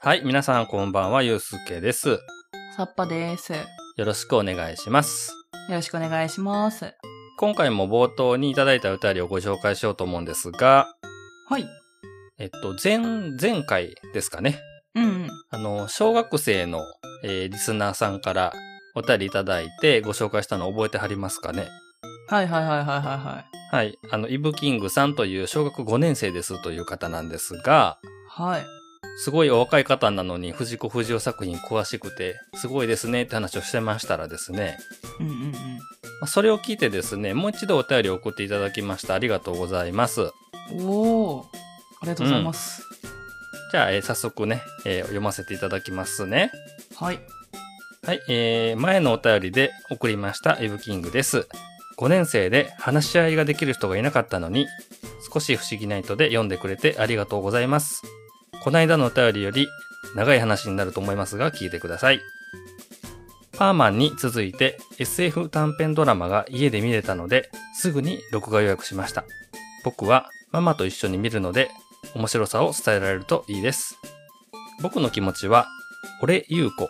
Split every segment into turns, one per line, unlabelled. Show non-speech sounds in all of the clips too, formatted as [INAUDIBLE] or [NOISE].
はい、皆さんこんばんは、ゆうすけです。
さっぱです。よ
よろしくお願いします。
ろしくお願いします。
今回も冒頭にいただいた歌りをご紹介しようと思うんですが、
はい。
えっと、前、前回ですかね。
うんうん。
あの、小学生の、えーリスナーさんからお便りいただいてご紹介したの覚えてはりますかね
はいはいはいはいはいは
はい。あの、イブキングさんという小学5年生ですという方なんですが、
い。はい。
すごいお若い方なのに藤子不二雄作品詳しくて、すごいですねって話をしてましたらですね、
うんうんうん。
まあそれを聞いてですね、もう一度お便りを送っていただきました。ありがとうございます。
おー。ありがとうございます。
じゃあ、えー早速ね、えー読ませていただきますね。
はい。
はい、えー、前のお便りで送りましたイブキングです。5年生で話し合いができる人がいなかったのに、少し不思議な糸で読んでくれてありがとうございます。こないだのお便りより長い話になると思いますが聞いてください。パーマンに続いて SF 短編ドラマが家で見れたので、すぐに録画予約しました。僕はママと一緒に見るので、面白さを伝えられるといいです。僕の気持ちは、俺優子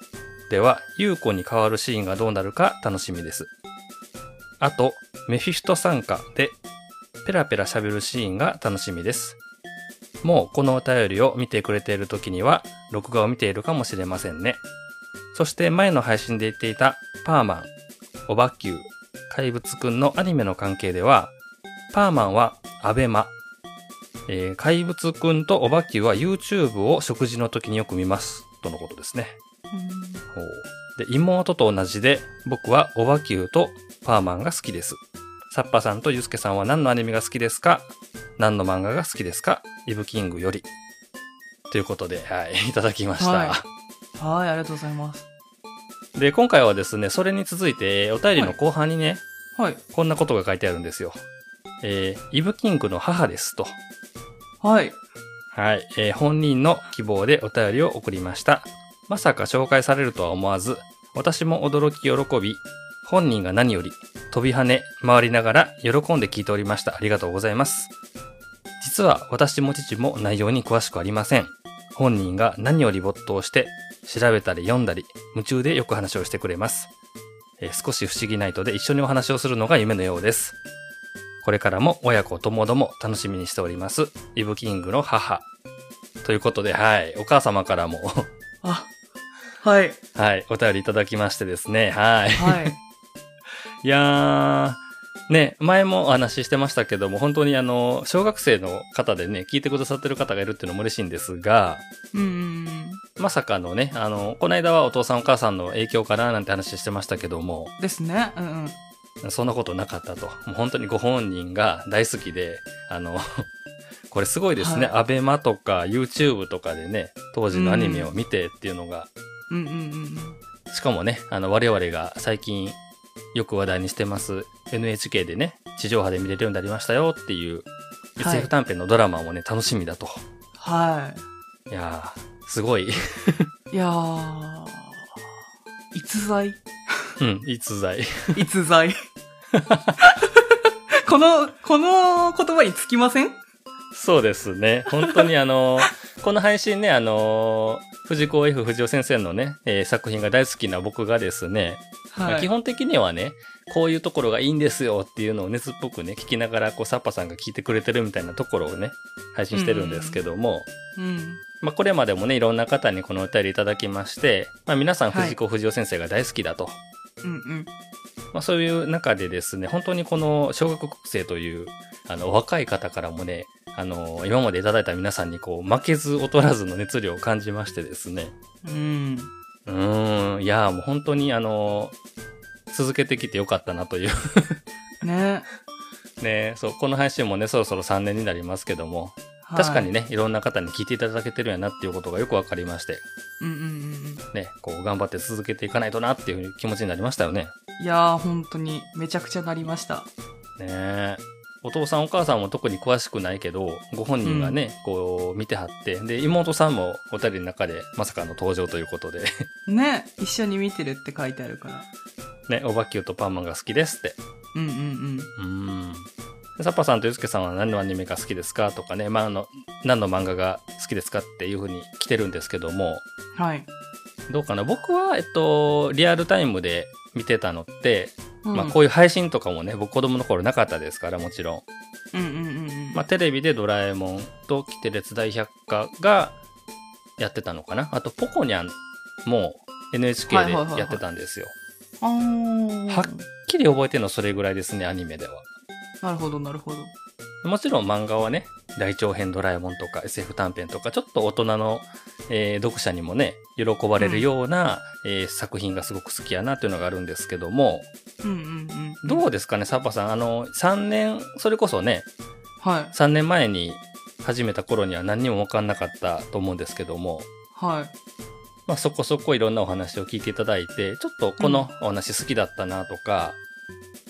では、優子に変わるシーンがどうなるか楽しみです。あと、メフィスト参加で、ペラペラ喋るシーンが楽しみです。もうこのお便りを見てくれている時には、録画を見ているかもしれませんね。そして前の配信で言っていた、パーマン、オバキュー、怪物くんのアニメの関係では、パーマンはアベマ、えー怪物くんとオバキューは YouTube を食事の時によく見ます。とのことですね。ほうで妹と同じで僕はオバキューとパーマンが好きですサッパさんとユースケさんは何のアニメが好きですか何の漫画が好きですかイブキングよりということで、はい、い [LAUGHS] ただきました、
ははい、ありがとうございます。
で今回はですねそれに続いてえーお便りの後半にね、
はい。
こんなことが書いてあるんですよえーイブキングの母ですと
はい。
はい、えー本人の希望でお便りを送りました。まさか紹介されるとは思わず、私も驚き喜び、本人が何より飛び跳ね回りながら喜んで聞いておりました。ありがとうございます。実は私も父も内容に詳しくありません。本人が何より没頭して、調べたり読んだり、夢中でよく話をしてくれます。えー少し不思議な糸で一緒にお話をするのが夢のようです。これからも親子ともども楽しみにしております。イブキングの母。ということで、はい。お母様からも、 [LAUGHS]
あ、はい。
はい。お便りいただきましてですね。はい。
[LAUGHS] はい。
いやー、ね、前もお話ししてましたけども、本当にあの、小学生の方でね、聞いてくださってる方がいるっていうのも嬉しいんですが、
うんうんうん。
まさかのね、あの、この間はお父さんお母さんの影響かななんて話してましたけども、
ですね。うんうん。
そんなことなかったと。もう本当にご本人が大好きで、あの、 [LAUGHS] これすごいですね。
は
アベマとか YouTube とかでね、当時のアニメを見てっていうのが、
うんうんうん
しかもね、あの、我々が最近よく話題にしてます、NHK でね、地上波で見れるようになりましたよっていう、
はい
SF 短編のドラマもね、楽しみだと。
はい
やー、すごい、
い。いやー。逸材
うん、逸材。
逸材。 [LAUGHS] この、この言葉につきません
そうですね。本当にあ
[LAUGHS]
の、この配信ね、あの、藤子 F 不二雄先生のね、えー作品が大好きな僕がですね、まあ
はい
基。本的にはね、こういうところがいいんですよっていうのを熱っぽくね、聞きながら、こう、サッパさんが聞いてくれてるみたいなところをね、配信してるんですけども、
うん。
まあ、これまでもね、いろんな方にこのお便りいただきまして、まあ、皆さん藤子不二雄先生が大好きだと。
うんうん。
まあ、そういう中でですね、本当にこの小学生という、あの、お若い方からもね、あの、今までいただいた皆さんにこう、負けず劣らずの熱量を感じましてですね。
うん。
うーん、いやーもう本当にあの、続けてきてよかったなという。 [LAUGHS]
ね。
ね、そう、この配信もね、そろそろ3年になりますけども、
はい
確かに。ね、いろんな方に聞いていただけてるんやなっていうことがよくわかりまして、
うんうんうんうん。
ね、こう、頑張って続けていかないとなっていう気持ちになりましたよね。
いやー、本当に、めちゃくちゃなりました。
ねえお父さんお母さんも特に詳しくないけどご本人がね、こう見てはってで妹さんもお二人の中でまさかの登場ということで [LAUGHS]
ね、一緒に見てるって書いてあるから。
ねおばきゅうとパンマンが好きですって
うんうんうん。
うーんでサッパさんとユースケさんは何のアニメが好きですかとかね、まあ、あの、何の漫画が好きですかっていうふうに来てるんですけども、
はい。
どうかな僕は、えっと、リアルタイムで見てたのって、
うん
まあ、こういう配信とかもね、僕子供の頃なかったですから、もちろん。
うんうんうんうん。
まあ、テレビでドラえもんとキテレツ大百科がやってたのかな。あと、ポコニャンも NHK
はい
で
はいはいはい
やってたんですよ。
あー
はっきり覚えてるのそれぐらいですね、アニメでは。
なるほどなるほど。
もちろん漫画はね、大長編ドラえもんとか SF 短編とか、ちょっと大人の、えー読者にもね、喜ばれるような、えー作品がすごく好きやなというのがあるんですけども、
うんうんうん。
どうですかね、サッパさん。あの、3年、それこそね、
はい
3年前に始めた頃には何にも分かんなかったと思うんですけども、
はい。
まあ、そこそこいろんなお話を聞いていただいて、ちょっとこのお話好きだったなとか、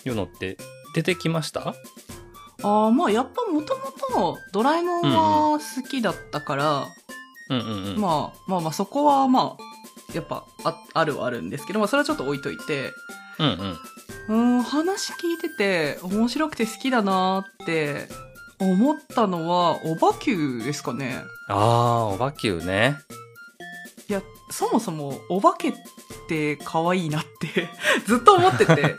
いうのって出てきました
ああまあやっぱもともとドラえもんは好きだったから、
うんうんうん。
まあまあまあそこはまあやっぱああるはあるんですけど、まあ、それはちょっと置いといて
うんうん。
うーん話聞いてて面白くて好きだなーって思ったのはおばきゅうですかね
ああ、おばきゅうね。
いやそもそもお化けって可愛いなって [LAUGHS] ずっと思って
[LAUGHS]
て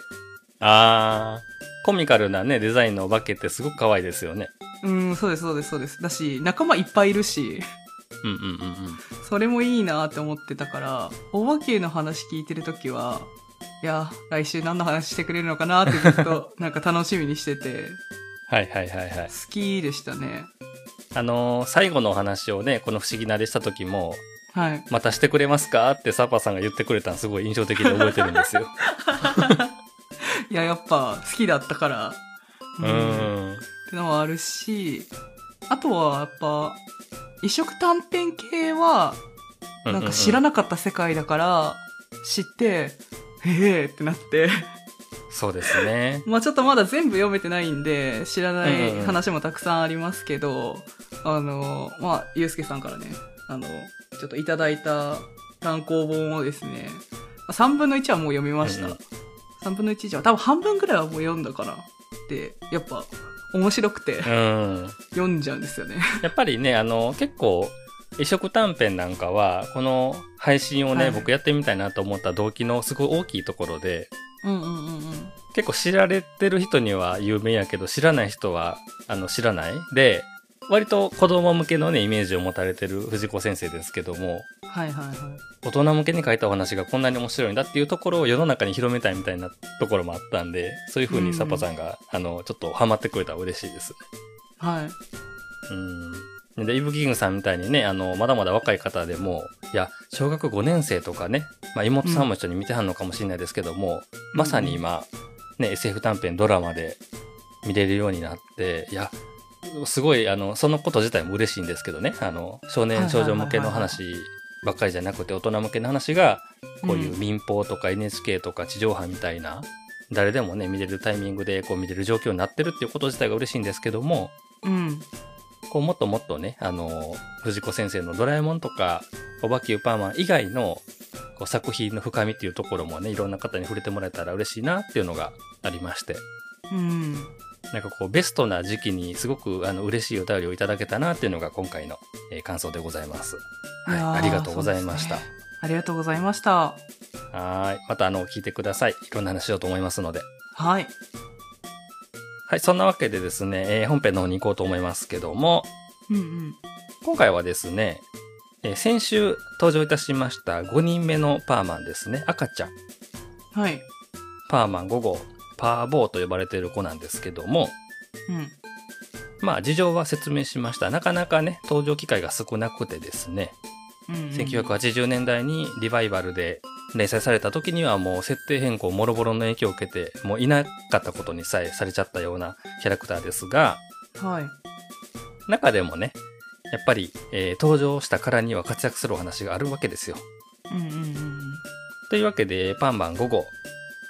ああ、コミカルなね、デザインのお化けってすごく可愛いですよね。
うんそうですそうですそうですだし仲間いっぱいいるし
うんうんうんうん。
それもいいなって思ってたから、おばけの話聞いてるときは、いや、来週何の話してくれるのかなってず
[LAUGHS]
っとなんか楽しみにしてて、
はいはいはいはい
好。きでしたね。
あのー最後のお話をね、この不思議なでした時も、
はい。
またしてくれますかってサッパーさんが言ってくれたのすごい印象的で覚えてるんです
[LAUGHS]
よ。
いや、やっぱ好きだったから、
う
っ
ん。
てのはあるし、あとはやっぱ、異色短編系は、なんか知ら
な
なかった世界だから、知って、へえってなって、 [LAUGHS]
そうですね。
まあちょっとまだ全部読めてないんで、知らない話もたくさんありますけど、あの、まあ、ゆうすけさんからね、あの、ちょっといただいた単行本をですね、3分の1はもう読みました。
うんうん
3分の1以上は、多分半分ぐらいはもう読んだかなって、やっぱ面白くて
うん。
読んじゃうんですよね。
やっぱりね、あの、結構、異色短編なんかは、この配信をね、
はい
僕やってみたいなと思った動機のすごい大きいところで、
うんうんうんうん。
結構知られてる人には有名やけど知らない人はあの知らないで割と子供向けのねイメージを持たれてる藤子先生ですけども
はいはいはい。
大人向けに書いたお話がこんなに面白いんだっていうところを世の中に広めたいみたいなところもあったんでそういう風にサッパさんが、あのちょっとハマってくれたら嬉しいですね。
はい。
うんでイブキングさんみたいにねあのまだまだ若い方でもいや小学5年生とかね、まあ、妹さんも一緒に見てはんのかもしれないですけども、まさに今、ね、SF 短編ドラマで見れるようになって、いや、すごい、あの、そのこと自体も嬉しいんですけどね、あの、少
は
年
いはいは
少
いはい
女向けの話ばっかりじゃなくて、大人向けの話が、こういううん民放とか NHK とか地上波みたいな、誰でもね、見れるタイミングで、こう見れる状況になってるっていうこと自体が嬉しいんですけども、
うん。
こう、もっともっとね、あの、藤子先生のドラえもんとか、おばきゅうパーマン以外の、こう作品の深みっていうところもね、いろんな方に触れてもらえたら嬉しいなっていうのがありまして。
うん。
なんかこうベストな時期にすごくあの嬉しいお便りをいただけたなっていうのが今回の、えー感想でございます。はいい、
やー
ありがとうございました。
そうですねありがとうございました。
はーい、またあの聞いてください。いろんな話しようと思いますので。
はい。
はい、そんなわけでですね、えー本編の方に行こうと思いますけども、
うんうん。
今回はですね、えー先週登場いたしました5人目のパーマンですね、赤ちゃん。
はい。
パーマン5号、パーボーと呼ばれている子なんですけども、
うん。
まあ事情は説明しました。なかなかね、登場機会が少なくてですね、
うんうんうん
1980年代にリバイバルで連載された時にはもう設定変更もろもろの影響を受けてもういなかったことにさえされちゃったようなキャラクターですが
はい。
中でもねやっぱり、えー登場したからには活躍するお話があるわけですよ。
うんうんうん
というわけでパンマン5号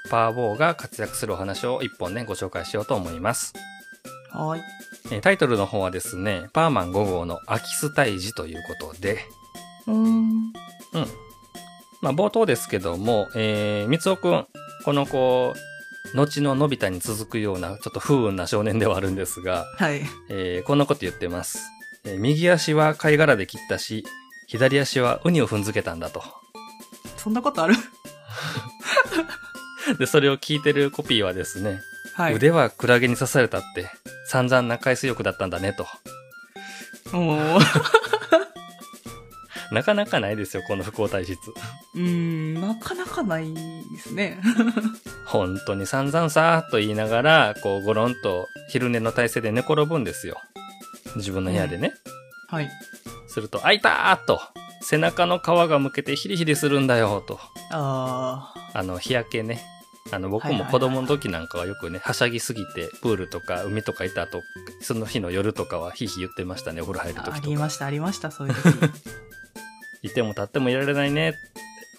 パーボーが活躍するお話を1本ねご紹介しようと思います。
うん。はい。
えータイトルの方はですねパーマン5号の空き巣退治ということで
うん。
まあ、冒頭ですけども、えー、三尾くん、この子、後ののび太に続くようなちょっと不運な少年ではあるんですが、
はい。
えーこんなこと言ってます、えー右足は貝殻で切ったし、左足はウニを踏んづけたんだと。 [LAUGHS]
そんなことある
で、それを聞いてるコピーはですね、
はい。
腕はクラゲに刺されたって、散々な海水浴だったんだねと。
もう、
なかなかないですよ、この不幸体質。
うーん、なかなかないですね。
本当に散々さーと言いながら、こう、ごろんと昼寝の体勢で寝転ぶんですよ。自分の部屋でね。
はい。
すると、あいたーと、背中の皮がむけてヒリヒリするんだよと。
あ
あの、日焼けね。あの、僕
はい
も
はいはい
子供の時なんかはよくね、はしゃぎすぎて、プールとか海とかいた後、その日の夜とかはヒーヒー言ってましたね、お風呂入る
あ、あ
時と
り
か。
ました、ありました、そういう時。
[LAUGHS] いても立ってもいられないね。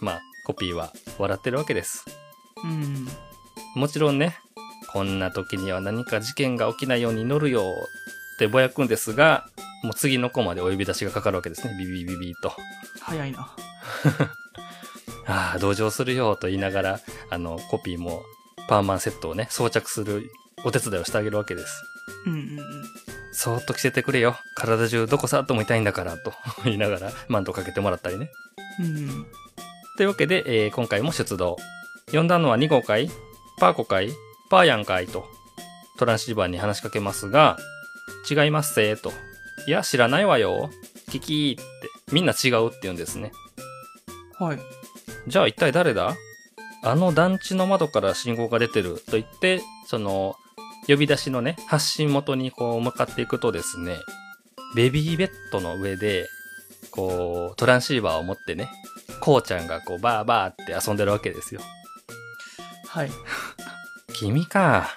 まあ、コピーは笑ってるわけです。
うん。
もちろんね、こんな時には何か事件が起きないように祈るよってぼやくんですが、もう次の子までお呼び出しがかかるわけですね。ビビビビビと。
早いな。
ああ、同情するよと言いながら、あの、コピーもパーマンセットをね、装着するお手伝いをしてあげるわけです。
うんうんうん。
そーっと着せてくれよ。体中どこさっとも痛いんだから、と言いながらマントかけてもらったりね。
うんうん。
というわけで、えー今回も出動。呼んだのは2号かいパーコかいパーヤンかいと、トランシーバーに話しかけますが、違いますせーと。いや、知らないわよ。キキーって、みんな違うって言うんですね。
はい。
じゃあ一体誰だあの団地の窓から信号が出てると言って、その、呼び出しのね、発信元にこう向かっていくとですね、ベビーベッドの上で、こう、トランシーバーを持ってね、こうちゃんがこう、バーバーって遊んでるわけですよ。
はい。
君か。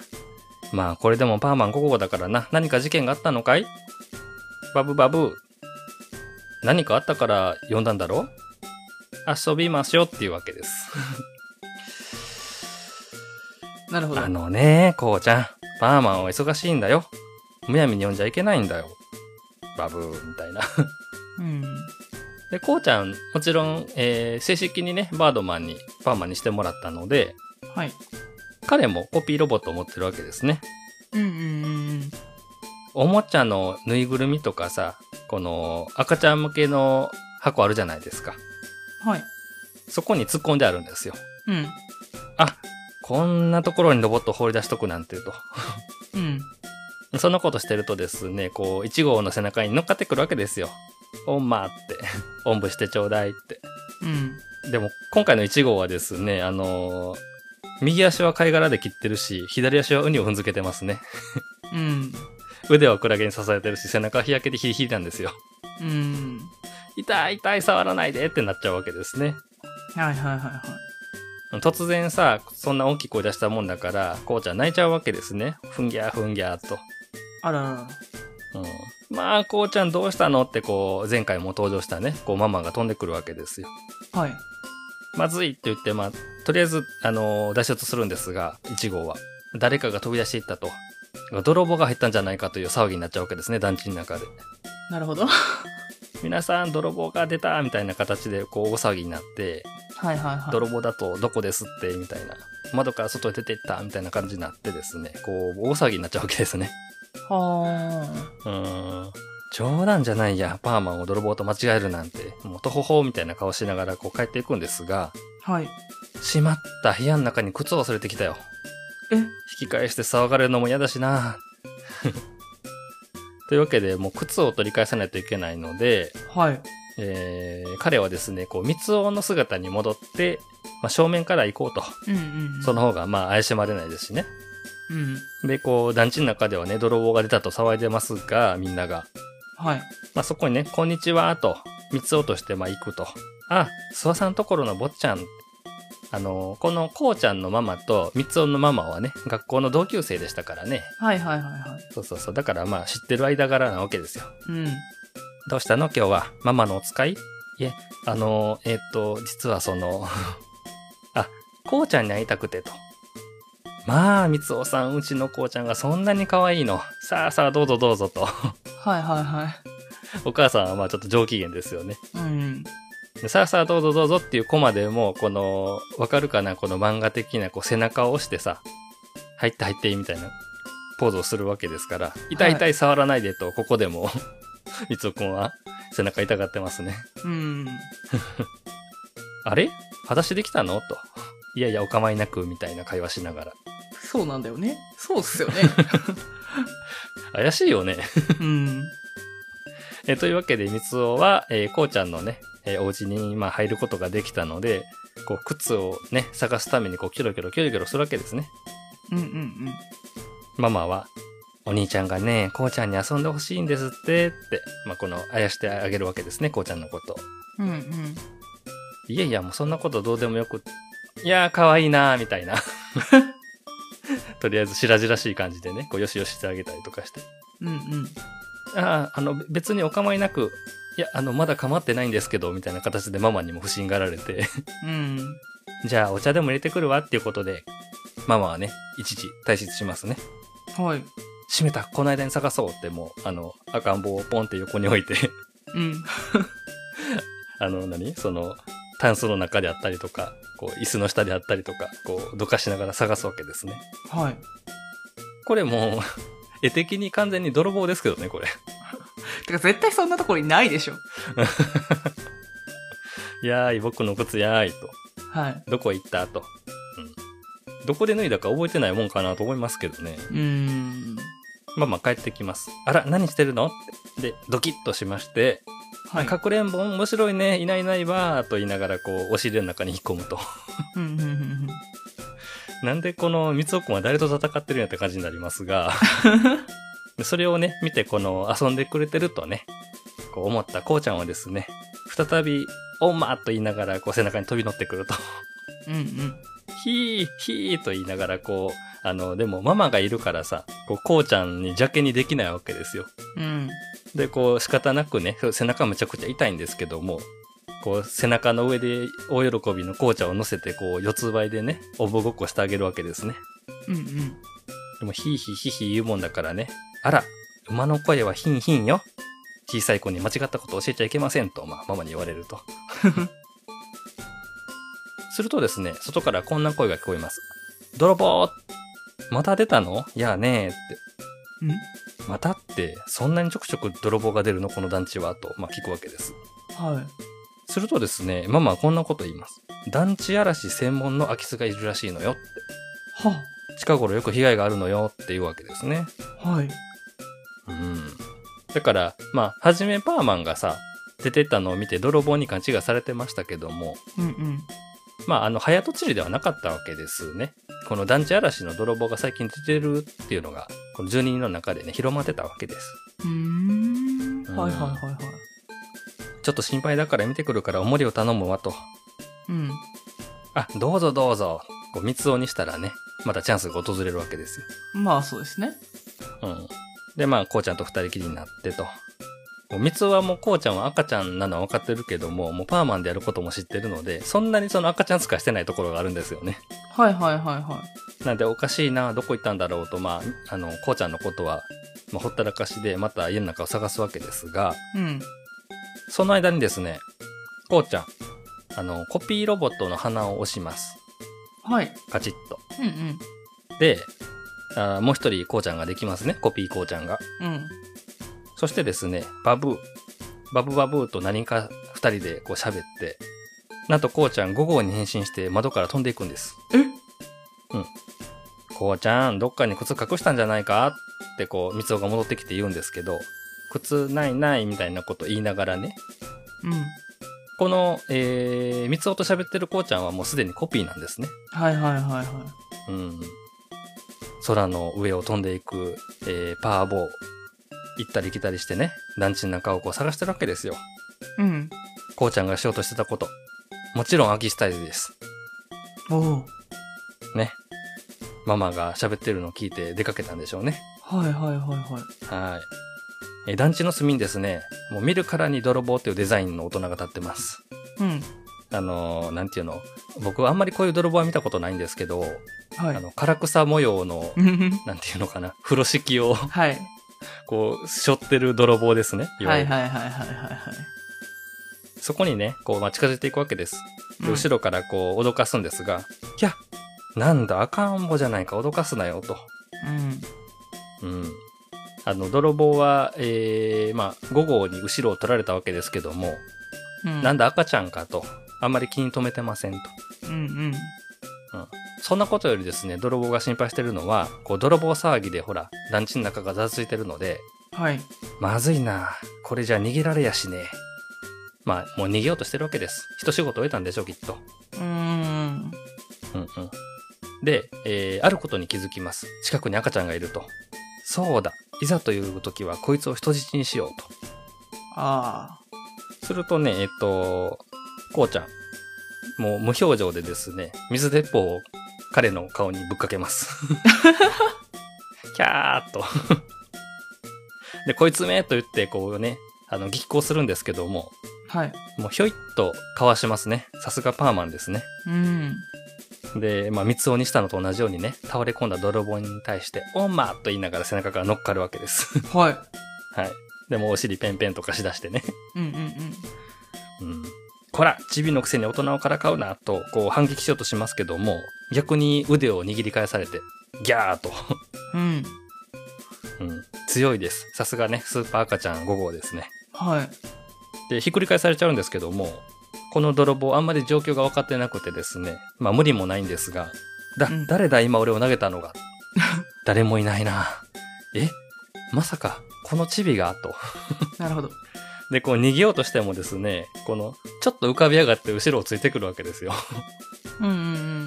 まあ、これでもパーマン午後だからな。何か事件があったのかいバブバブ。何かあったから呼んだんだろ遊びましょうっていうわけです。
なるほど。
あのね、こうちゃん、パーマンは忙しいんだよ。むやみに呼んじゃいけないんだよ。バブーみたいな。
うん。
で、こうちゃん、もちろん、えー正式にね、バードマンに、パーマンにしてもらったので、
はい。
彼もコピーロボットを持ってるわけですね。
うんうんうんうん。
おもちゃのぬいぐるみとかさ、この赤ちゃん向けの箱あるじゃないですか。
はい。
そこに突っ込んであるんですよ。
うん。
こんなところにロボットを放り出しとくなんてと。
うん。
そのことしてるとですね、こう、1号の背中に乗っかってくるわけですよ。おんまって、おんぶしてちょうだいって。
うん。
でも、今回の1号はですね、あのー右足は貝殻で切ってるし、左足はウニを踏んづけてますね。
うん。
腕はクラゲに支えてるし、背中は日焼けでヒリヒリなんですよ。
うん。
痛い痛い触らないでってなっちゃうわけですね。
はいはいはいはい。
突然さ、そんな大きい声出したもんだから、こうちゃん泣いちゃうわけですね。ふんぎゃーふんぎゃーと。
あららら。
うん、まあ、こうちゃんどうしたのってこう、前回も登場したね、こうママが飛んでくるわけですよ。
はい。
まずいって言って、まあ、とりあえず、あのー脱出するんですが、1号は。誰かが飛び出していったと。泥棒が入ったんじゃないかという騒ぎになっちゃうわけですね、団地の中で。
なるほど。
皆さん、泥棒が出たみたいな形で、こう、大騒ぎになって、
はいはいはい。
泥棒だとどこですって、みたいな。窓から外へ出ていったみたいな感じになってですね、こう、大騒ぎになっちゃうわけですね。
はあ。
うーん。冗談じゃないや、パーマンを泥棒と間違えるなんて、もうとほほみたいな顔しながらこう帰っていくんですが、
はい。
しまった、部屋の中に靴を忘れてきたよ。
え
引き返して騒がれるのも嫌だしな。というわけで、もう靴を取り返さないといけないので、
はい。
えー彼はですね、こう、三尾の姿に戻って、まあ、正面から行こうと。
うんうんうん。
その方が、まあ、怪しまれないですしね。
うん。
で、こう、団地の中ではね、泥棒が出たと騒いでますが、みんなが。
はい。
まあ、そこにね、こんにちは、と、三つ落として、まあ、行くと。あ、諏訪さんところの坊ちゃん。あの、このこうちゃんのママと三つのママはね、学校の同級生でしたからね。
はいはいはいはい。
そうそうそう。だからまあ、知ってる間柄なわけですよ。
うん。
どうしたの今日は。ママのお使いいえ、あの、えっ、と、実はその、 [LAUGHS] あ、こうちゃんに会いたくてと。まあ、三つさん、うちのこうちゃんがそんなに可愛いの。さあさあ、どうぞどうぞと。
はいはいは
お母さんはまあ、ちょっと上機嫌ですよね。
い。うん。
でさあさあどうぞどうぞっていうコマでもこのわかるかなこの漫画的なこう背中を押してさ入って入ってみたいなポーズをするわけですから、痛い痛い触らないでと、ここでも、 [LAUGHS] みつおくんは背中痛がってますね。
うん。
あれ裸足できたのと。いやいや、お構いなく、みたいな会話しながら。
そうなんだよね。そうっすよね。
怪しいよね。 [LAUGHS]
うん。
えーというわけで、みつおは、えーこうちゃんのね、えーお家に今入ることができたので、こう、靴をね、探すために、こう、キョロキョロキョロキョロするわけですね。
うんうん
ママは、お兄ちゃんがね、こうちゃんに遊んでほしいんですって、って、まあ、この、あやしてあげるわけですね、こうちゃんのこと。
うん。うんうん。
いやいや、もうそんなことどうでもよく、いやー、かわいいなー、みたいな。 [LAUGHS] とりあえず、白々しい感じでね、こう、よしよししてあげたりとかして。
うんうん。
ああ、あの、別にお構いなく、いや、あの、まだ構ってないんですけど、みたいな形でママにも不信がられて、 [LAUGHS]
うん。
じゃあお茶でも入れてくるわっていうことで、ママはね、一時退出しますね。
はい。
閉めた、この間に探そうってもう、あの、赤ん坊をポンって横に置いて、
うん。
あの、何その、タンスの中であったりとか、こう、椅子の下であったりとか、こう、どかしながら探すわけですね。
はい。
これもう、 [LAUGHS] 絵的に完全に泥棒ですけどね、これ。 [LAUGHS]
てか絶対そんなところにないでしょ。
やーい、僕の靴やーいと。
はい。
どこ行ったと。うん。どこで脱いだか覚えてないもんかなと思いますけどね。
うーん。
ママ帰ってきます。あら、何してるのってで、ドキッとしまして、
はい。
かくれんぼ面白いねいないいないばーと言いながらこうお尻の中に引っ込むと
うんうんうんうん。
なんでこの三つくんは誰と戦ってるんやって感じになりますがそれをね見てこの遊んでくれてるとねこう思ったこうちゃんはですね再び「おんま!」と言いながらこう背中に飛び乗ってくると [LAUGHS]
うんうん。
「ひーひー」と言いながらこうあのでもママがいるからさこうこうちゃんに邪気にできないわけですよ
うん。
で、こう仕方なくね、背中むちゃくちゃ痛いんですけども、こう背中の上で大喜びの紅茶を乗せて、こう四つ這いでね、おぼごっこしてあげるわけですね。
うんうん。
でもヒーヒーヒーヒー言うもんだからね、あら、馬の声はヒンヒンよ。小さい子に間違ったことを教えちゃいけませんと、まあ、ママに言われると。 [LAUGHS] するとですね、外からこんな声が聞こえます。泥棒また出たのやあねえって。
うん
またって、そんなにちょくちょく泥棒が出るのこの団地はと、まあ、聞くわけです。
はい。
するとですね、ママはこんなこと言います。団地嵐専門の空き巣がいるらしいのよって。
は、
近頃よく被害があるのよっていうわけですね。
はい。
うん。だから、まあ、はじめパーマンがさ、出てったのを見て泥棒に勘違いされてましたけども、
うんうん。
まあ、あの、早とちりではなかったわけですね。この団地嵐の泥棒が最近出てるっていうのが、この住人の中でね、広まってたわけです。
うーん。はいはいはいはい。
ちょっと心配だから見てくるからおもりを頼むわと。
うん。
あ、どうぞどうぞ。こう、三つにしたらね、またチャンスが訪れるわけですよ。
まあそうですね。
うん。で、まあ、こうちゃんと二人きりになってと。もう三つはもう、こうちゃんは赤ちゃんなのは分かってるけども、もうパーマンでやることも知ってるので、そんなにその赤ちゃん使いしてないところがあるんですよね。
はいはいはいは
なんで、おかしいな、どこ行ったんだろうと、まあ、あの、こうちゃんのことは、まあ、ほったらかしで、また家の中を探すわけですが、
い。うん。
その間にですね、こうちゃん、あの、コピーロボットの鼻を押します。
はい。
カチッと。
うんうん。
で、あーもう一人、こうちゃんができますね。コピーこうちゃんが。
うん。
そしてですね、バブー。バブバブーと何か二人でこう喋って、なんとこうちゃん5号に変身して窓から飛んでいくんです。
え
うん。こうちゃん、どっかに靴隠したんじゃないかってこう、みつおが戻ってきて言うんですけど、靴ないないみたいなこと言いながらね、
うん。
この、えー、みつおと喋ってるこうちゃんはもうすでにコピーなんですね。
はいはいはいは
うん、空の上を飛んでいく、えーパーボー行ったり来たりしてね団地の中をこう探してるわけですよ
い。うん。
こうちゃんがしようとしてたこともちろん空きスタイルです
おお。
ねママが喋ってるのを聞いて出かけたんでしょうね
はいはいはいはい。
はい、えー団地の隅にですねもう見るからに泥棒というデザインの大人が立ってます
うん。
あのーなんていうの僕はあんまりこういう泥棒は見たことないんですけど、
は
あ
い。
の唐草模様の
うんうん
なんていうのかな風呂敷を
[LAUGHS] はい。
こう、背負ってる泥棒ですね。いわ
は
ゆ
い
る
はいはいはいはいはい。
そこにね、こう、まあ近づいていくわけです。で
うん
後ろからこう、脅かすんですが、いや、なんだ、赤ん坊じゃないか、脅かすなよ、と。
うん。
うん。あの、泥棒は、えー、まあ、5号に後ろを取られたわけですけども、
うん。
なんだ
だ
赤ちゃんかと、あんまり気に留めてませんと。
うん
そんなことよりですね、泥棒が心配してるのは、こう、泥棒騒ぎでほら、団地の中がざわついてるので、
うん。はい。
まずいな、これじゃ逃げられやしね。まあ、もう逃げようとしてるわけです。一仕事終えたんでしょう、きっと。
うーん。
うんうん。で、えーあることに気づきます。近くに赤ちゃんがいると。そうだ、いざという時はこいつを人質にしようと。
あ
するとね、えっと、こうちゃん、もう無表情でですね、水鉄砲を彼の顔にぶっかけます。キャーっと。 [LAUGHS] で、こいつめと言って、こうね、あの、激高するんですけども、
あ。はい。
もうひょいっとかわしますね。さすがパーマンですね。
うん。
で、まあ、三つ鬼したのと同じようにね、倒れ込んだ泥棒に対して、オンマーと言いながら背中から乗っかるわけです。 [LAUGHS]
はい。
はい。でもうお尻ペンペンとかしだしてね。
うんうんうん。
うん。こら、チビのくせに大人をからかうな、と、こう反撃しようとしますけども、逆に腕を握り返されて、ギャーと。
うん。
うん。強いです。さすがね、スーパー赤ちゃん5号ですね。
はい。
で、ひっくり返されちゃうんですけども、この泥棒、あんまり状況が分かってなくてですね、まあ無理もないんですが、だ
うん、
誰だ今俺を投げたのが。
[LAUGHS]
誰もいないな。えまさか、このチビがと。
なるほど。
で、こう逃げようとしてもですね、この、ちょっと浮かび上がって後ろをついてくるわけですよ。
うんうんうん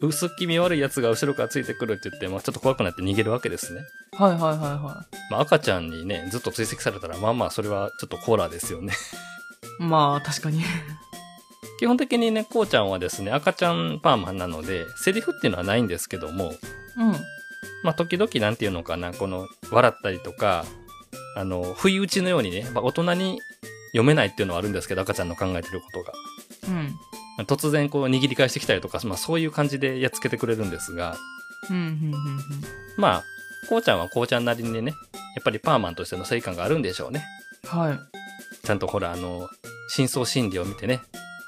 薄っ気味悪いやつが後ろからついてくるって言って、まあちょっと怖くなって逃げるわけですね。
うん。はいはいはいは
まあ赤ちゃんにね、ずっと追跡されたら、まあまあそれはちょっとコーラですよね。 [LAUGHS]
い。まあ、確かに。
基本的にね、こうちゃんはですね、赤ちゃんパーマンなので、セリフっていうのはないんですけども、
うん。
まあ、時々なんていうのかな、この、笑ったりとか、あの、不意打ちのようにね、まあ、大人に読めないっていうのはあるんですけど、赤ちゃんの考えてることが。
うん。
突然こう握り返してきたりとか、まあ、そういう感じでやっつけてくれるんですが、
うんうんうんうん。
まあ、こうちゃんはこうちゃんなりにね、やっぱりパーマンとしての正義感があるんでしょうね。
はい。
ちゃんとほら、あの、真相心理を見てね、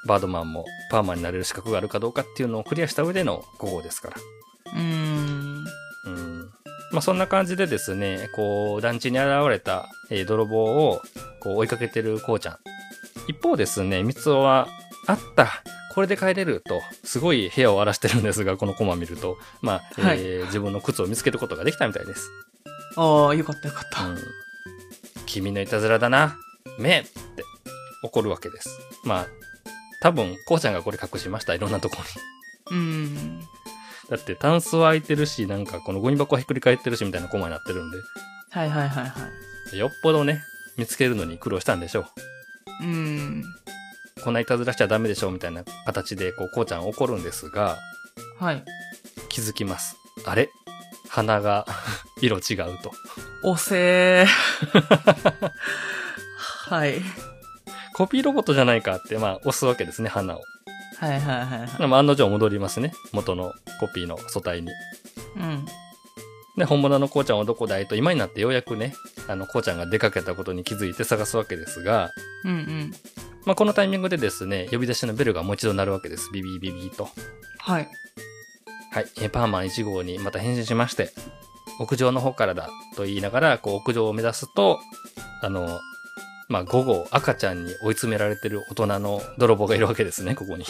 バードマンもパーマンになれる資格があるかどうかっていうのをクリアした上での5号ですから。
うーん。
うんまあ、そんな感じでですね、こう、団地に現れた、えー泥棒を、こう、追いかけてるこうちゃん。一方ですね、三つおは、あったこれで帰れると、すごい部屋を荒らしてるんですが、このコマ見ると、まあ、えー
はい
自分の靴を見つけることができたみたいです。
ああ、よかったよかった。
うん君のいたずらだな、めって怒るわけです。まあ、多分、こうちゃんがこれ隠しました、いろんなところに。 [LAUGHS]
うん。
だって、タンスは開いてるし、なんか、このゴミ箱はひっくり返ってるし、みたいなコマになってるんで。
はいはいはいはい。
よっぽどね、見つけるのに苦労したんでしょ
うん。
う。こんないたずらしちゃダメでしょみたいな形で、こう、こうちゃん怒るんですが、
はい。
気づきます。あれ鼻が [LAUGHS] 色違うと。
おせー。はい。
コピーロボットじゃないかって、まあ、押すわけですね、鼻を。
はいはいはいはい。
まあ、案の定戻りますね。元のコピーの素体に。
うん。
で、本物のこうちゃんはどこだいと、今になってようやくね、あの、こうちゃんが出かけたことに気づいて探すわけですが、
うんうん。
まあ、このタイミングでですね、呼び出しのベルがもう一度鳴るわけです。ビビビビと。
はい。
はい、えーパーマン1号にまた返信しまして、屋上の方からだと言いながら、こう屋上を目指すと、あの、まあ、5号、赤ちゃんに追い詰められてる大人の泥棒がいるわけですね、ここに。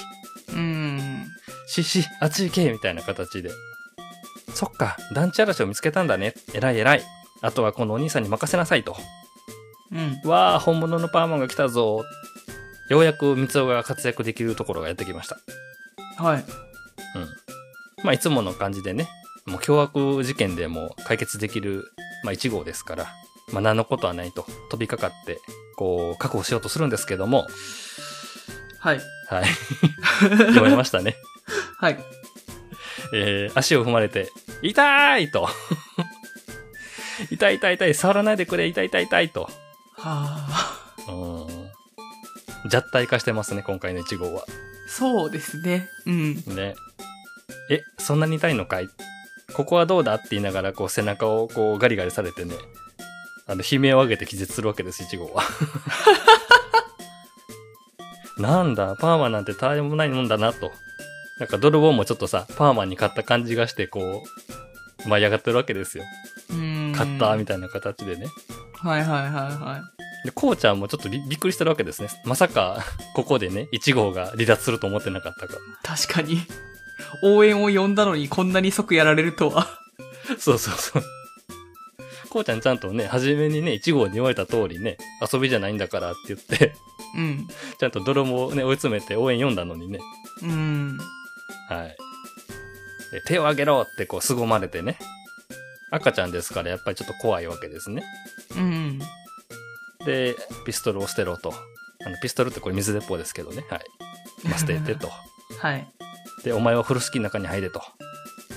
うん。
しし、あっち行けみたいな形で。そっか、団地嵐を見つけたんだね。偉い偉い。あとはこのお兄さんに任せなさいと。
うん。
わあ、本物のパーマンが来たぞ。ようやく三尾が活躍できるところがやってきました。
はい。
まあ、いつもの感じでね、もう凶悪事件でも解決できる、まあ、1号ですから、まあ、何のことはないと飛びかかって、こう、確保しようとするんですけども、
はい。
はい。 [LAUGHS] 言われましたね。
はい。
えー足を踏まれて、痛いと。 [LAUGHS] 痛い痛い痛い、触らないでくれ、痛い痛い痛いと。
はあ。
うーん。弱体化してますね、今回の1号は。
そうですね。うん。
ね。え、そんなに痛いのかいここはどうだって言いながら、こう背中をこうガリガリされてね、あの、悲鳴を上げて気絶するわけです、イチゴは。 [LAUGHS] なんだ、パーマなんて誰もないもんだな、と。なんかドルボンもちょっとさ、パーマンに買った感じがして、こう、舞い上がってるわけですよ。買った、み
た
たいな形でね。
いな。はいはいはいは
で、こうちゃんもちょっとびびっくりしてるわけですね。まさか、ここでね、1号が離脱すると思ってなかったか
い。確かに。応援を呼んだのにこんなに即やられるとは。
ら。そうそうそう。こうちゃんちゃんとね、初めにね、1号に言われた通りね、遊びじゃないんだからって言って、 [LAUGHS]
うん。
ちゃんと泥棒をね、追い詰めて応援読んだのにね、
うん。
はい。で手を挙げろってこう、凄まれてね。赤ちゃんですから、やっぱりちょっと怖いわけですね。
うん。
で、ピストルを捨てろと。あの、ピストルってこれ水鉄砲ですけどね。はい。まあ、捨ててと。
はい。
で、お前は風呂敷の中に入れと。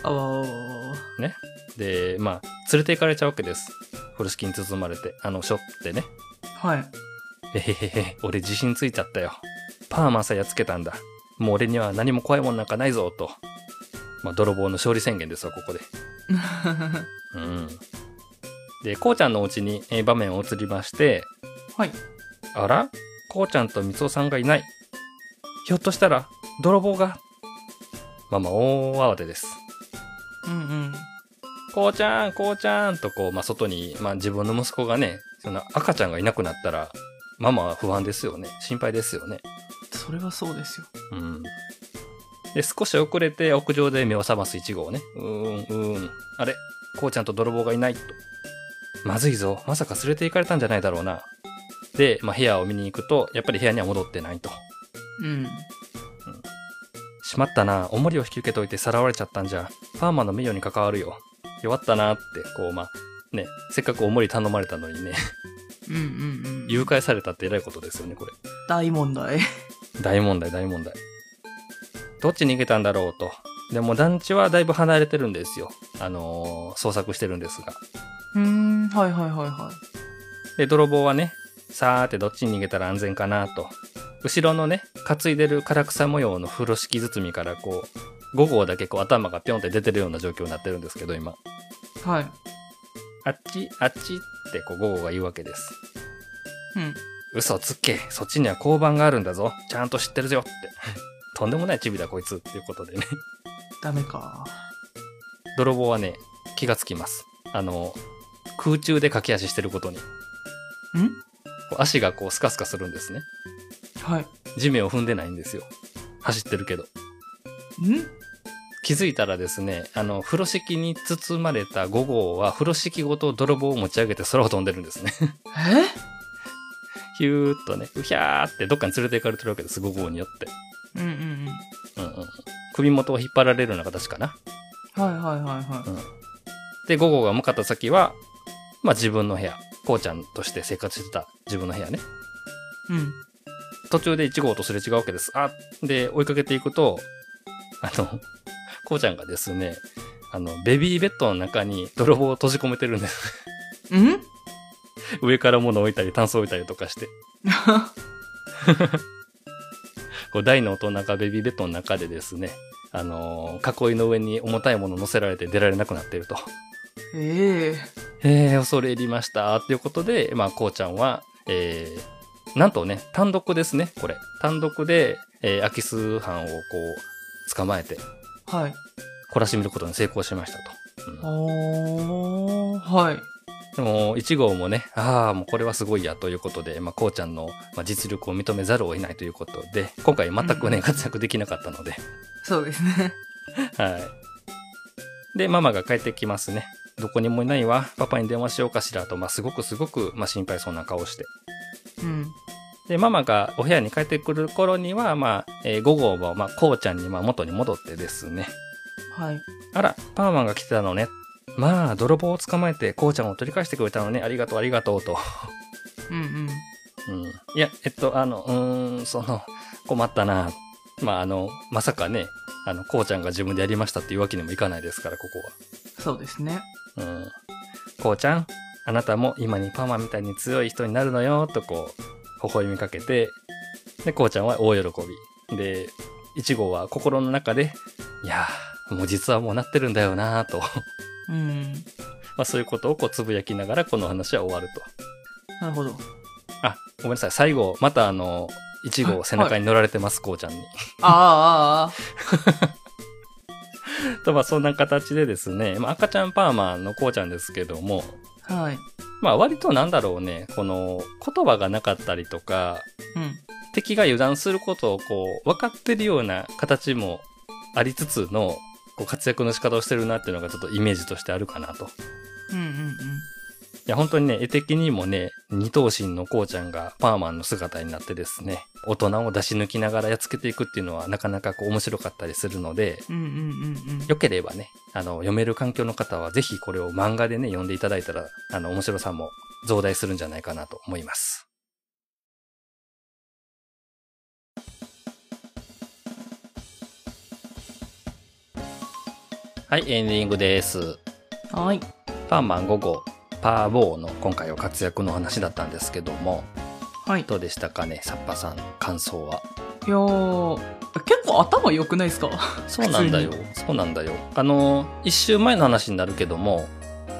あわお
で、まあ、連れて行かれちゃうわけです。風呂敷に包まれて、あの、しょってね。
はい。 [LAUGHS]
えへへへ、俺自信ついちゃったよ。パーマンさえやっつけたんだ。もう俺には何も怖いもんなんかないぞ、と。まあ、泥棒の勝利宣言ですわ、ここで。うん。で、こうちゃんのお家にえー場面を移りまして、
はい。
あらこうちゃんとみつおさんがいない。ひょっとしたら、泥棒が。ママ大慌てです。
うんうん。
こうちゃん、こうちゃんとこう、まあ、外に、まあ、自分の息子がね、その赤ちゃんがいなくなったら、ママは不安ですよね。心配ですよね。
それはそうですよ。
うん。で、少し遅れて屋上で目を覚ます1号ね。うーん、うーん。あれこうちゃんと泥棒がいないと。まずいぞ。まさか連れて行かれたんじゃないだろうな。で、まあ、部屋を見に行くと、やっぱり部屋には戻ってないと。
うん。
しまったな。重りを引き受けといてさらわれちゃったんじゃ。パーマの名誉に関わるよ。弱ったなって、こう、まあ、ね、せっかく重り頼まれたのにね、 [LAUGHS]
うんうんうん。
誘拐されたって偉いことですよね、これ。
大問題。
大問題大問題どっち逃げたんだろうとでも団地はだいぶ離れてるんですよあのー捜索してるんですが
うーん。はいはいはいは
で泥棒はねさーてどっちに逃げたら安全かなと後ろのね担いでる唐草模様の風呂敷包みからこう5号だけこう頭がピョンって出てるような状況になってるんですけど今
い。はい。
あっちあっちってこう5号が言うわけです
うん。
嘘つけそっちには交番があるんだぞちゃんと知ってるぞって [LAUGHS] とんでもないチビだこいつっていうことでね
ダメか。
泥棒はね気がつきますあの空中で駆け足してることに
ん
こう足がこうスカスカするんですね
はい。
地面を踏んでないんですよ走ってるけど
ん
気づいたらですねあの風呂敷に包まれた5号は風呂敷ごと泥棒を持ち上げて空を飛んでるんですね [LAUGHS]
え
ヒューッとねうひゃーってどっかに連れて行かれてるわけです5号によって、
うんうん
うんうん、首元を引っ張られるような形かな
うん。はいはいはいは
で5号が向かった先はまあ自分の部屋こうちゃんとして生活してた自分の部屋ね
い。うん。
途中で1号とすれ違うわけです。あで、追いかけていくと、あの、こうちゃんがですね、あの、ベビーベッドの中に泥棒を閉じ込めてるんです。 [LAUGHS]
うん
上から物を置いたり、タンスを置いたりとかして。こう大の大人がベビーベッドの中でですね、あのー囲いの上に重たいものを乗せられて出られなくなっていると。
[LAUGHS]
[LAUGHS]
ええ
えー、恐れ入りました。ということで、まあ、こうちゃんは、えー、なんとね、単独ですね、これ。単独で、えー、空き巣犯をこう、捕まえて、
はい。
懲らしめることに成功しましたと。
おー、はい。
うん、でも、1号もね、ああ、もうこれはすごいやということで、まあ、こうちゃんのまあ実力を認めざるを得ないということで、今回全くね、
うん
活躍できなかったので、
そうですね。
はい。で、ママが帰ってきますね。どこにもいないわ。パパに電話しようかしらと、まあ、すごくすごく、まあ、心配そうな顔して。
うん。
で、ママがお部屋に帰ってくる頃には、まあ、えー、午後は、まあ、こうちゃんに、まあ、元に戻ってですね。
はい。
あら、パーマンが来てたのね。まあ、泥棒を捕まえて、こうちゃんを取り返してくれたのね。ありがとう、ありがとう、と。
うんうん。
うん。いや、えっと、あの、うーん、その、困ったな。まあ、あの、まさかね、あの、こうちゃんが自分でやりましたっていうわけにもいかないですから、こ
そうですね。
こは。うん。こうちゃん、あなたも今にパーマンみたいに強い人になるのよ、とこう、微笑みかけて、で、こうちゃんは大喜び。で、いちごは心の中で、いやー、もう実はもうなってるんだよなと。
うん。
まあ、そういうことをこうつぶやきながらこの話は終わると。
なるほど。
あごめんなさい最後またあの一号背中に乗られてます、こうちゃんに。 [LAUGHS]
ああ、ああ、
とまあそんな形でですね、まあ、赤ちゃんパーマのこうちゃんですけども、
ああはい。
まあ割となんだろうね、この言葉がなかったりとか、
うん。
敵が油断することをこう分かってるような形もありつつのこう活躍の仕方をしてるなっていうのがちょっとイメージとしてあるかなと。い
うんうん
や本当にね、絵的にもね、二頭身のこうちゃんがパーマンの姿になってですね、大人を出し抜きながらやっつけていくっていうのはなかなかこう面白かったりするので、
うん。うんうんうんうん。
良ければね、あの、読める環境の方は、ぜひこれを漫画でね、読んでいただいたら、あの、面白さも増大するんじゃないかなと思います。はい、エンディングです。
はい。
パーマン5号、パーボーの今回は活躍の話だったんですけども、
はい。
どうでしたかね、サッパさん、感想は。
いやー結構頭良くないですか
そうなんだよ
普。
そうなんだよ。あの、一週前の話になるけども、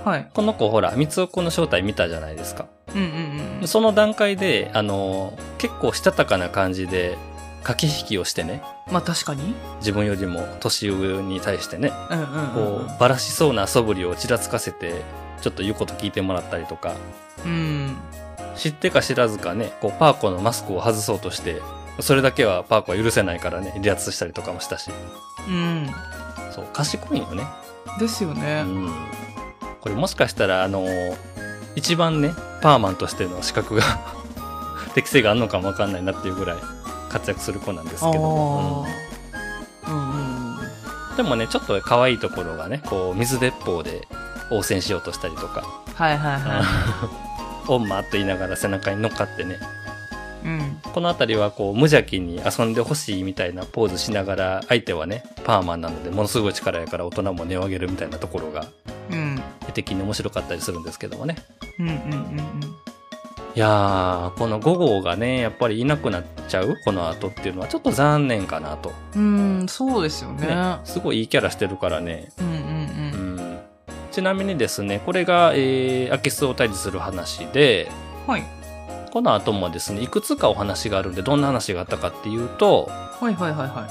はい。
この子ほら、三つ子の正体見たじゃないですか。
うんうんうん。
その段階で、あの、結構したたかな感じで、駆け引きをしてね、
まあ確かに。
自分よりも年上に対してね、
うんうんう
こ
ん
う、ばらしそうな素振りをちらつかせて、ちょっと言うこと聞いてもらったりとか、
うん。うん。
知ってか知らずかね、こう、パーコのマスクを外そうとして、それだけはパーコは許せないからね、離脱したりとかもしたし、
うん。
そう、賢いよね。
ですよ
う
ね。
ん。これもしかしたら、あの、一番ね、パーマンとしての資格が、 [LAUGHS] 適性があるのかもわかんないなっていうぐらい活躍する子なんですけども、
あーうんうんうん。
うんでもね、ちょっと可愛いところがね、こう、水鉄砲で応戦しようとしたりとか、
はいはいは
オンマーと言いながら背中に乗っかってね、
い。うん。
この辺りはこう、無邪気に遊んでほしいみたいなポーズしながら、相手はね、パーマンなので、ものすごい力やから大人も根を上げるみたいなところが、
うん。
絵的に面白かったりするんですけどもね。
うんうんうんうん。
いやーこの5号がねやっぱりいなくなっちゃうこの後っていうのはちょっと残念かなと、
うん、そうですよね。
ねすごいいいキャラしてるからね、
うんう
うんん、ちなみにですねこれが、えーアキスを対峙する話で
うん。はい。
この後もですねいくつかお話があるんでどんな話があったかっていうと,、
はいはいはいは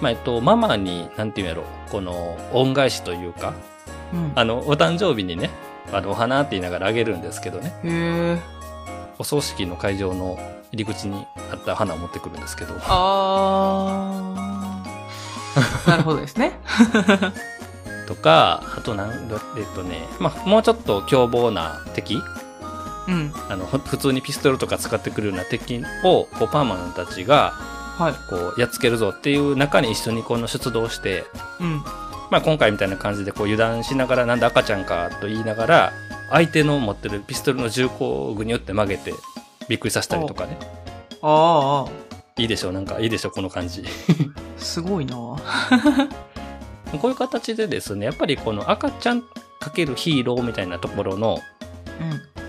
まあえっとママに何て言うんやろこの恩返しというか
い。うん。
あのお誕生日にねあのお花って言いながらあげるんですけどね
へえ。
お葬式の会場の入り口にあった花を持ってくるんですけど [LAUGHS]
あー。なるほどですね。
とか、あとなんだ、えっとね、まあ、もうちょっと凶暴な敵、
うん。
あの、ふ普通にピストルとか使ってくるような敵を、こう、パーマンたちが、
はい。
こう、やっつけるぞっていう中に一緒にこの出動して、
うん。
まあ、今回みたいな感じで、こう、油断しながら、なんだ赤ちゃんかと言いながら、相手の持ってるピストルの銃口をぐにゅって曲げて、びっくりさせたりとかね。
あー。
いいでしょう、なんか、いいでしょう、この感じ。
すごいなぁ
こういう形でですね、やっぱりこの赤ちゃんかけるヒーローみたいなところの、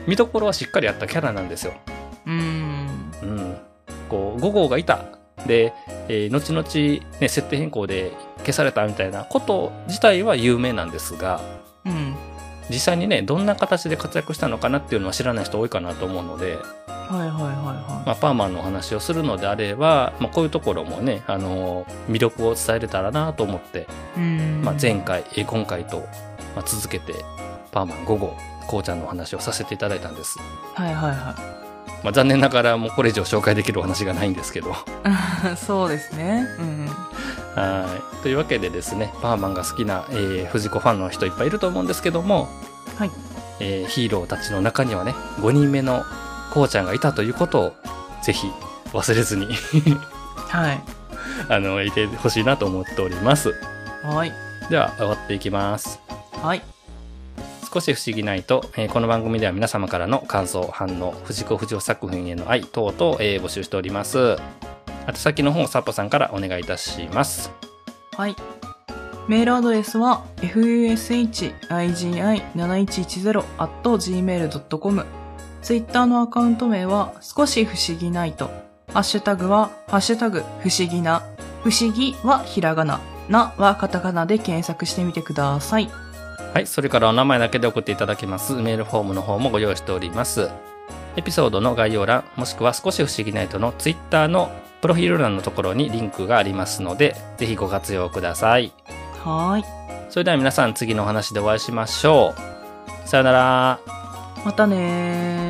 見どころはしっかりあったキャラなんですよ。
うん。うん。
うん、こう5号がいたで、えー後々、ね、設定変更で消されたみたいなこと自体は有名なんですが
うん。
実際にねどんな形で活躍したのかなっていうのは知らない人多いかなと思うので、
はいはいはいは
まあ、パーマンのお話をするのであれば、まあ、こういうところもね、あのー魅力を伝えれたらなと思って、
い。うん。
まあ、前。回、えー今回と、まあ続けてパーマン5号こうちゃんのお話をさせていただいたんです、
はいはいは
まあ、残念ながらもうこれ以上紹介できるお話がないんです
[LAUGHS]
けど
い。そうですね。うん。
はい。というわけでですね、パーマンが好きな、えー、藤子ファンの人いっぱいいると思うんですけども、
はい。
えーヒーローたちの中にはね、5人目のこうちゃんがいたということを、ぜひ忘れずに [LAUGHS]
はい。
あの、いてほしいなと思っております。
はい。
では、終わっていきます。
はい。
少し不思議ないと、えーこの番組では皆様からの感想、反応、藤子不二雄作品への愛等々、えー募集しております。あと先の方、サッポさんからお願いいたします。
はい。メールアドレスは fushigi7110.gmail.com ツイッターのアカウント名は少し不思議ないと。ハッシュタグは、ハッシュタグ不思議な。不思議はひらがな。なはカタカナで検索してみてください。
はい、それからお名前だけで送っていただけますメールフォームの方もご用意しております。エピソードの概要欄、もしくは少し不思議ナイトの Twitter のプロフィール欄のところにリンクがありますので、ぜひご活用ください。
はーい。
それでは皆さん次のお話でお会いしましょう。さよなら。
またねー。